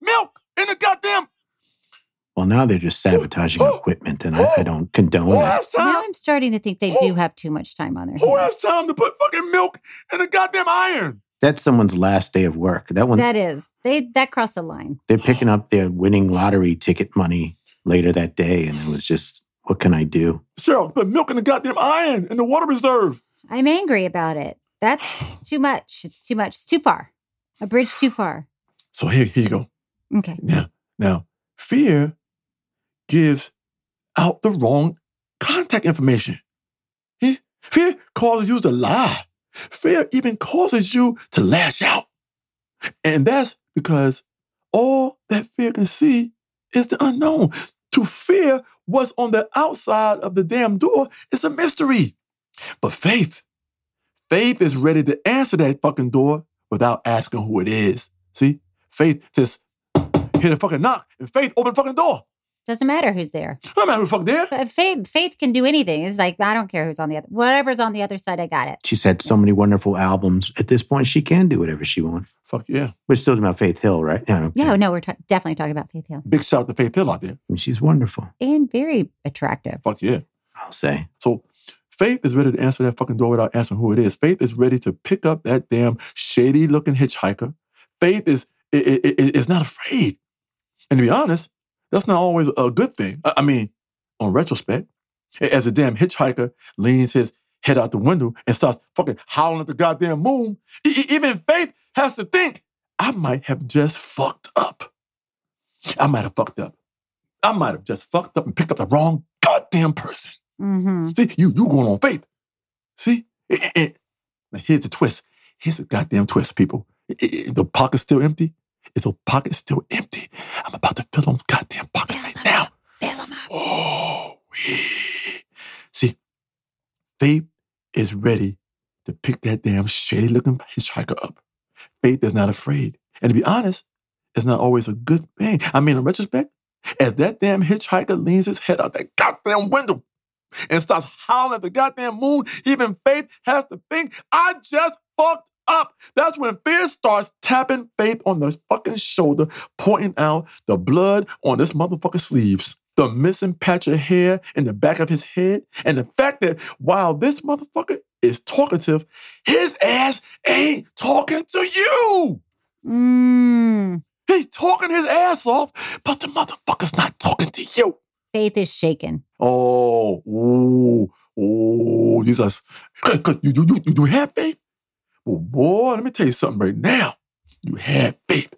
[SPEAKER 1] Milk in the goddamn.
[SPEAKER 6] Well, now they're just sabotaging equipment, and I, I don't condone
[SPEAKER 1] Who
[SPEAKER 6] that.
[SPEAKER 1] has
[SPEAKER 3] Now
[SPEAKER 1] time?
[SPEAKER 3] I'm starting to think they do have too much time on their
[SPEAKER 1] Who
[SPEAKER 3] hands.
[SPEAKER 1] has time to put fucking milk in the goddamn iron?
[SPEAKER 6] That's someone's last day of work. That one,
[SPEAKER 3] That is, they that crossed the line.
[SPEAKER 6] they're picking up their winning lottery ticket money later that day, and it was just, what can I do?
[SPEAKER 1] Cheryl, put milk in the goddamn iron in the water reserve.
[SPEAKER 3] I'm angry about it. That's too much. It's too much. It's too far. A bridge too far.
[SPEAKER 1] So here, here you go.
[SPEAKER 3] Okay.
[SPEAKER 1] Now, now, fear gives out the wrong contact information. Eh? Fear causes you to lie. Fear even causes you to lash out. And that's because all that fear can see is the unknown. To fear what's on the outside of the damn door is a mystery. But faith, faith is ready to answer that fucking door without asking who it is. See? Faith just hit a fucking knock and faith open the fucking door.
[SPEAKER 3] Doesn't matter who's there.
[SPEAKER 1] I don't matter who the fuck there.
[SPEAKER 3] But faith, faith can do anything. It's like I don't care who's on the other. Whatever's on the other side, I got it.
[SPEAKER 6] She's had so many wonderful albums. At this point, she can do whatever she wants.
[SPEAKER 1] Fuck yeah.
[SPEAKER 6] We're still talking about Faith Hill, right? No,
[SPEAKER 3] Yeah, no, we're ta- definitely talking about Faith Hill
[SPEAKER 1] Big shout out to Faith Hill out there.
[SPEAKER 6] I mean, she's wonderful.
[SPEAKER 3] and very attractive.
[SPEAKER 1] Fuck yeah.
[SPEAKER 6] I'll say.
[SPEAKER 1] So faith is ready to answer that fucking door without asking who it is. Faith is ready to pick up that damn shady looking hitchhiker. Faith is i- i- i- i- is not afraid. And to be honest, that's not always a good thing. I I mean, on retrospect, a- as a damn hitchhiker leans his head out the window and starts fucking howling at the goddamn moon, e- e- even faith has to think, I might have just fucked up. I might have fucked up. I might have just fucked up and picked up the wrong goddamn person.
[SPEAKER 3] Mm-hmm.
[SPEAKER 1] See, you you going on faith. See? Eh, eh, eh. Now here's the twist. Here's the goddamn twist, people. Eh, eh, eh, The pocket's still empty. Is the pocket still empty? I'm about to fill those goddamn pockets right now. Oh, wee. See, faith is ready to pick that damn shady looking hitchhiker up. Faith is not afraid. And to be honest, it's not always a good thing. I mean, in retrospect, as that damn hitchhiker leans his head out that goddamn window, and starts howling at the goddamn moon, even faith has to think, I just fucked up. That's when fear starts tapping faith on the fucking shoulder, pointing out the blood on this motherfucker's sleeves, the missing patch of hair in the back of his head, and the fact that while this motherfucker is talkative, his ass ain't talking to you.
[SPEAKER 3] Mm.
[SPEAKER 1] He's talking his ass off, but the motherfucker's not talking to you.
[SPEAKER 3] Faith is shaken.
[SPEAKER 1] Oh, ooh, ooh, Jesus. You, you, you, you have faith? Well, boy, let me tell you something right now. You had faith.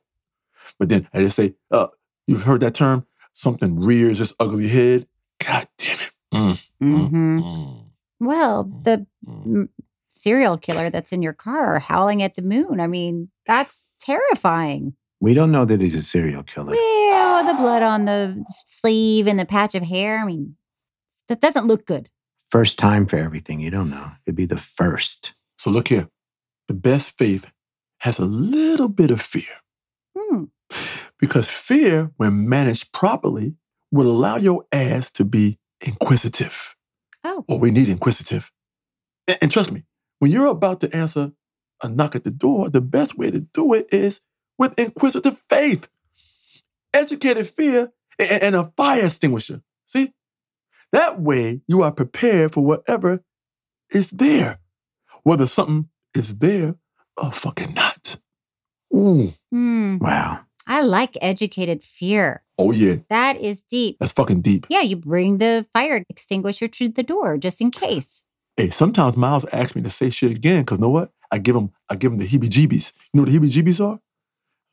[SPEAKER 1] But then I just say, uh, you've heard that term, something rears its ugly head. God damn it. Mm,
[SPEAKER 3] Mm-hmm.
[SPEAKER 1] mm,
[SPEAKER 3] Well, the
[SPEAKER 1] mm.
[SPEAKER 3] m- serial killer that's in your car howling at the moon. I mean, that's terrifying.
[SPEAKER 6] We don't know that he's a serial killer.
[SPEAKER 3] Well, the blood on the sleeve and the patch of hair. I mean, that doesn't look good.
[SPEAKER 6] First time for everything. You don't know. It'd be the first.
[SPEAKER 1] So look here. The best faith has a little bit of fear.
[SPEAKER 3] Hmm.
[SPEAKER 1] Because fear, when managed properly, will allow your ass to be inquisitive.
[SPEAKER 3] Oh,
[SPEAKER 1] Well, we need inquisitive. And, and trust me, when you're about to answer a knock at the door, the best way to do it is with inquisitive faith, educated fear, a- a- and, a fire extinguisher. See? That way you are prepared for whatever is there, whether something is there or fucking not. Ooh.
[SPEAKER 3] hmm.
[SPEAKER 6] Wow.
[SPEAKER 3] I like educated fear.
[SPEAKER 1] Oh, yeah.
[SPEAKER 3] That is deep.
[SPEAKER 1] That's fucking deep.
[SPEAKER 3] Yeah, you bring the fire extinguisher to the door just in case.
[SPEAKER 1] Hey, sometimes Miles asks me to say shit again because know what? I give him, I give him the heebie-jeebies. You know what the heebie-jeebies are?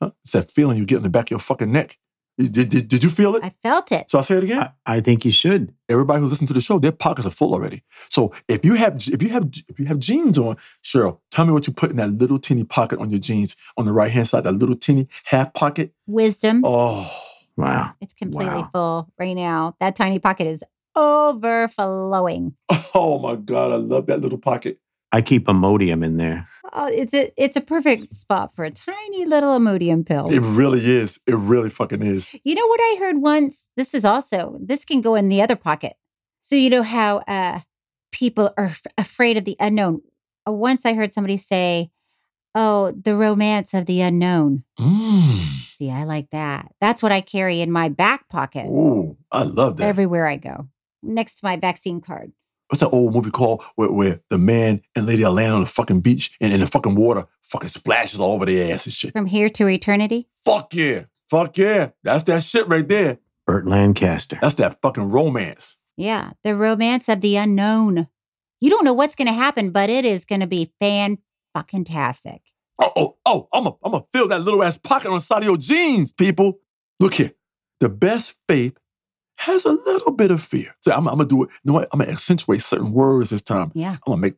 [SPEAKER 1] Huh? It's that feeling you get in the back of your fucking neck. Did, did, did you feel it?
[SPEAKER 3] I felt it.
[SPEAKER 1] so I say it again.
[SPEAKER 6] I, I think you should.
[SPEAKER 1] Everybody who listens to the show, their pockets are full already. So if you have, if you have, if you have jeans on, Cheryl, tell me what you put in that little teeny pocket on your jeans on the right hand side, that little teeny half pocket.
[SPEAKER 3] Wisdom.
[SPEAKER 1] Oh,
[SPEAKER 6] Wow.
[SPEAKER 3] It's completely
[SPEAKER 6] Wow.
[SPEAKER 3] full right now. That tiny pocket is overflowing.
[SPEAKER 1] oh my God, I love that little pocket.
[SPEAKER 6] I keep Imodium in there.
[SPEAKER 3] Oh, it's a it's a perfect spot for a tiny little Imodium pill.
[SPEAKER 1] It really is. It really fucking is.
[SPEAKER 3] You know what I heard once? This is also this can go in the other pocket. So you know how uh people are f- afraid of the unknown. Uh, Once I heard somebody say, "Oh, the romance of the unknown."
[SPEAKER 1] Mm.
[SPEAKER 3] See, I like that. That's what I carry in my back pocket
[SPEAKER 1] Ooh, I love that.
[SPEAKER 3] everywhere I go. Next to my vaccine card.
[SPEAKER 1] what's that old movie called where, where the man and lady are laying on the fucking beach and, and the fucking water fucking splashes all over their ass and shit.
[SPEAKER 3] From here to eternity.
[SPEAKER 1] Fuck yeah. Fuck yeah. That's that shit right there.
[SPEAKER 6] Burt Lancaster.
[SPEAKER 1] That's that fucking romance.
[SPEAKER 3] Yeah, the romance of the unknown. You don't know what's going to happen, but it is going to be fan fucking tastic.
[SPEAKER 1] Oh, oh, oh, I'm going to fill that little ass pocket on the side of your jeans, people. Look here. The best faith has a little bit of fear. So I'm, I'm gonna do it. You know what? I'm gonna accentuate certain words this time.
[SPEAKER 3] Yeah.
[SPEAKER 1] I'm gonna make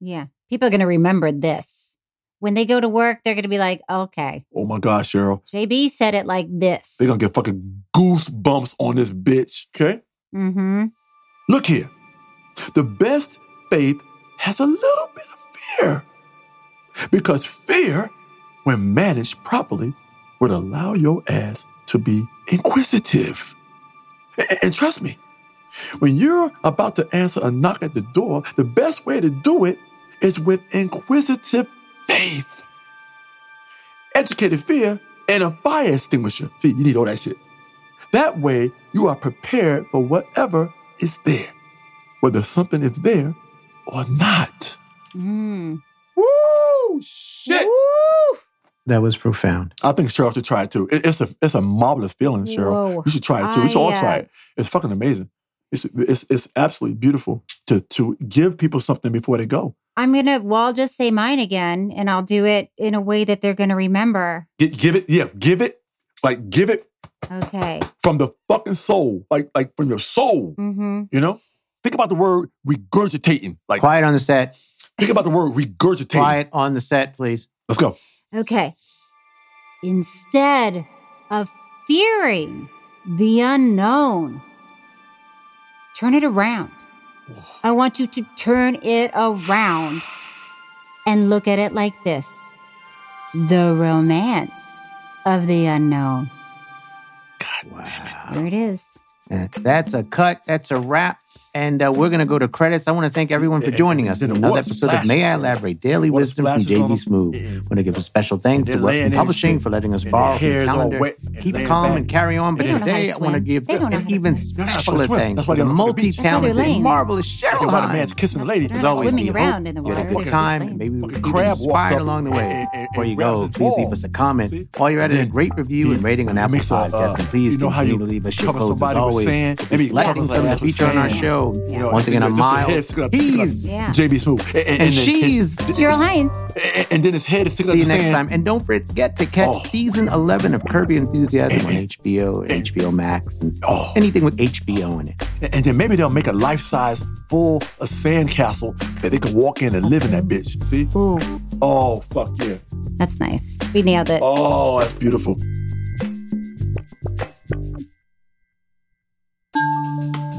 [SPEAKER 3] Yeah. People are going to remember this. When they go to work, they're going to be like, okay,
[SPEAKER 1] Oh my gosh, Cheryl.
[SPEAKER 3] JB said it like this.
[SPEAKER 1] They're gonna get fucking goosebumps on this bitch. Okay?
[SPEAKER 3] mm-hmm.
[SPEAKER 1] Look here. The best faith has a little bit of fear. Because fear, when managed properly, would allow your ass to be inquisitive. A- a- and trust me, when you're about to answer a knock at the door, the best way to do it is with inquisitive faith. Educated fear and a fire extinguisher. See, you need all that shit. That way, you are prepared for whatever is there, whether something is there or not.
[SPEAKER 3] Mm.
[SPEAKER 1] Woo! Shit!
[SPEAKER 3] Woo!
[SPEAKER 6] That was profound.
[SPEAKER 1] I think Cheryl should try it too. It- it's a it's a marvelous feeling, Cheryl.
[SPEAKER 3] Whoa.
[SPEAKER 1] You should try it too. We should all
[SPEAKER 3] I, uh,
[SPEAKER 1] try it. It's fucking amazing. It's it's, it's absolutely beautiful to to give people something before they go.
[SPEAKER 3] I'm going to, well, I'll just say mine again and I'll do it in a way that they're going to remember.
[SPEAKER 1] Get, give it, yeah, give it, like give it
[SPEAKER 3] Okay.
[SPEAKER 1] from the fucking soul, like like from your soul.
[SPEAKER 3] Mm-hmm.
[SPEAKER 1] You know, think about the word regurgitating. Like
[SPEAKER 6] Quiet on the set.
[SPEAKER 1] think about the word regurgitating.
[SPEAKER 6] Quiet on the set, please.
[SPEAKER 1] Let's go.
[SPEAKER 3] Okay. Instead of fearing the unknown, turn it around. I want you to turn it around and look at it like this The romance of the unknown.
[SPEAKER 6] Wow.
[SPEAKER 3] There it is.
[SPEAKER 6] And Uh, That's a cut. That's a wrap. And uh, we're going to go to credits. I want to thank everyone for
[SPEAKER 1] Yeah,
[SPEAKER 6] joining
[SPEAKER 1] and
[SPEAKER 6] us
[SPEAKER 1] then
[SPEAKER 6] in
[SPEAKER 1] the
[SPEAKER 6] another
[SPEAKER 1] water
[SPEAKER 6] episode of
[SPEAKER 1] splashes.
[SPEAKER 6] May I Elaborate Daily
[SPEAKER 1] Water
[SPEAKER 6] Wisdom from
[SPEAKER 1] splashes on
[SPEAKER 6] JB
[SPEAKER 1] them.
[SPEAKER 6] Smooth.
[SPEAKER 1] Yeah.
[SPEAKER 6] want to give a special thanks to
[SPEAKER 1] And
[SPEAKER 6] Welcome
[SPEAKER 1] laying in
[SPEAKER 6] Publishing
[SPEAKER 1] shit.
[SPEAKER 6] for letting us
[SPEAKER 1] And their
[SPEAKER 6] borrow from the
[SPEAKER 1] hairs all
[SPEAKER 6] calendar.
[SPEAKER 1] wet and
[SPEAKER 6] Keep
[SPEAKER 1] laying
[SPEAKER 6] calm
[SPEAKER 1] back.
[SPEAKER 6] and carry on. But
[SPEAKER 3] They don't know how to
[SPEAKER 6] today, I want to
[SPEAKER 3] swim.
[SPEAKER 6] give
[SPEAKER 3] They don't know how
[SPEAKER 6] an
[SPEAKER 3] to
[SPEAKER 6] even
[SPEAKER 3] swim.
[SPEAKER 1] They're not
[SPEAKER 6] special
[SPEAKER 1] fucking swim.
[SPEAKER 6] thanks
[SPEAKER 1] That's
[SPEAKER 6] to
[SPEAKER 1] why
[SPEAKER 6] the
[SPEAKER 1] they don't go to the beach.
[SPEAKER 3] That's why they're
[SPEAKER 6] multi-talented,
[SPEAKER 3] laying.
[SPEAKER 6] marvelous
[SPEAKER 1] Think
[SPEAKER 6] Cheryl
[SPEAKER 1] about a
[SPEAKER 6] Hines.
[SPEAKER 1] man's kissing a lady.
[SPEAKER 3] They're
[SPEAKER 6] As
[SPEAKER 3] not
[SPEAKER 6] always,
[SPEAKER 3] swimming
[SPEAKER 6] we
[SPEAKER 3] around
[SPEAKER 6] hope
[SPEAKER 3] in the
[SPEAKER 6] You had a
[SPEAKER 3] water.
[SPEAKER 6] good
[SPEAKER 3] They're
[SPEAKER 6] time.
[SPEAKER 3] just
[SPEAKER 6] and Maybe we
[SPEAKER 1] Fucking
[SPEAKER 6] even
[SPEAKER 1] crab walks
[SPEAKER 6] inspired
[SPEAKER 1] up
[SPEAKER 6] along the way.
[SPEAKER 1] and- and-
[SPEAKER 6] Before you
[SPEAKER 1] and grabs
[SPEAKER 6] go,
[SPEAKER 1] his
[SPEAKER 6] please leave
[SPEAKER 1] ball.
[SPEAKER 6] us a comment.
[SPEAKER 1] See?
[SPEAKER 6] While you're at it, a
[SPEAKER 1] Then
[SPEAKER 6] great review and rating on
[SPEAKER 1] he
[SPEAKER 6] Apple
[SPEAKER 1] makes a, uh,
[SPEAKER 6] Podcasts. and please
[SPEAKER 1] you know how
[SPEAKER 6] continue
[SPEAKER 1] you
[SPEAKER 6] to leave us your
[SPEAKER 1] cover
[SPEAKER 6] codes as
[SPEAKER 1] somebody with
[SPEAKER 6] always.
[SPEAKER 1] sand?
[SPEAKER 6] If
[SPEAKER 1] Maybe
[SPEAKER 6] you're selecting
[SPEAKER 1] cover
[SPEAKER 6] something
[SPEAKER 1] somebody
[SPEAKER 6] to
[SPEAKER 1] with
[SPEAKER 6] feature on our
[SPEAKER 1] sand.
[SPEAKER 6] show.
[SPEAKER 3] You
[SPEAKER 1] know,
[SPEAKER 6] Once again, I'm
[SPEAKER 1] just the head
[SPEAKER 6] Miles.
[SPEAKER 1] sticking out- sticking out-
[SPEAKER 6] He's
[SPEAKER 3] Yeah.
[SPEAKER 1] JB Smooth. And, and,
[SPEAKER 6] and
[SPEAKER 1] then
[SPEAKER 6] she's.
[SPEAKER 3] Gerald Hines.
[SPEAKER 1] his- and then his head is sticking
[SPEAKER 6] See you
[SPEAKER 1] out the
[SPEAKER 6] next
[SPEAKER 1] sand.
[SPEAKER 6] time. And don't forget to catch
[SPEAKER 1] Oh.
[SPEAKER 6] season 11 of Kirby Enthusiasm on HBO and HBO Max and
[SPEAKER 1] Oh.
[SPEAKER 6] anything with HBO in it.
[SPEAKER 1] And, and then maybe they'll make a life size full of sand castle that they can walk in and live in that bitch. See?
[SPEAKER 3] Ooh,
[SPEAKER 1] Oh, fuck yeah.
[SPEAKER 3] that's nice. We nailed it.
[SPEAKER 1] Oh, that's beautiful.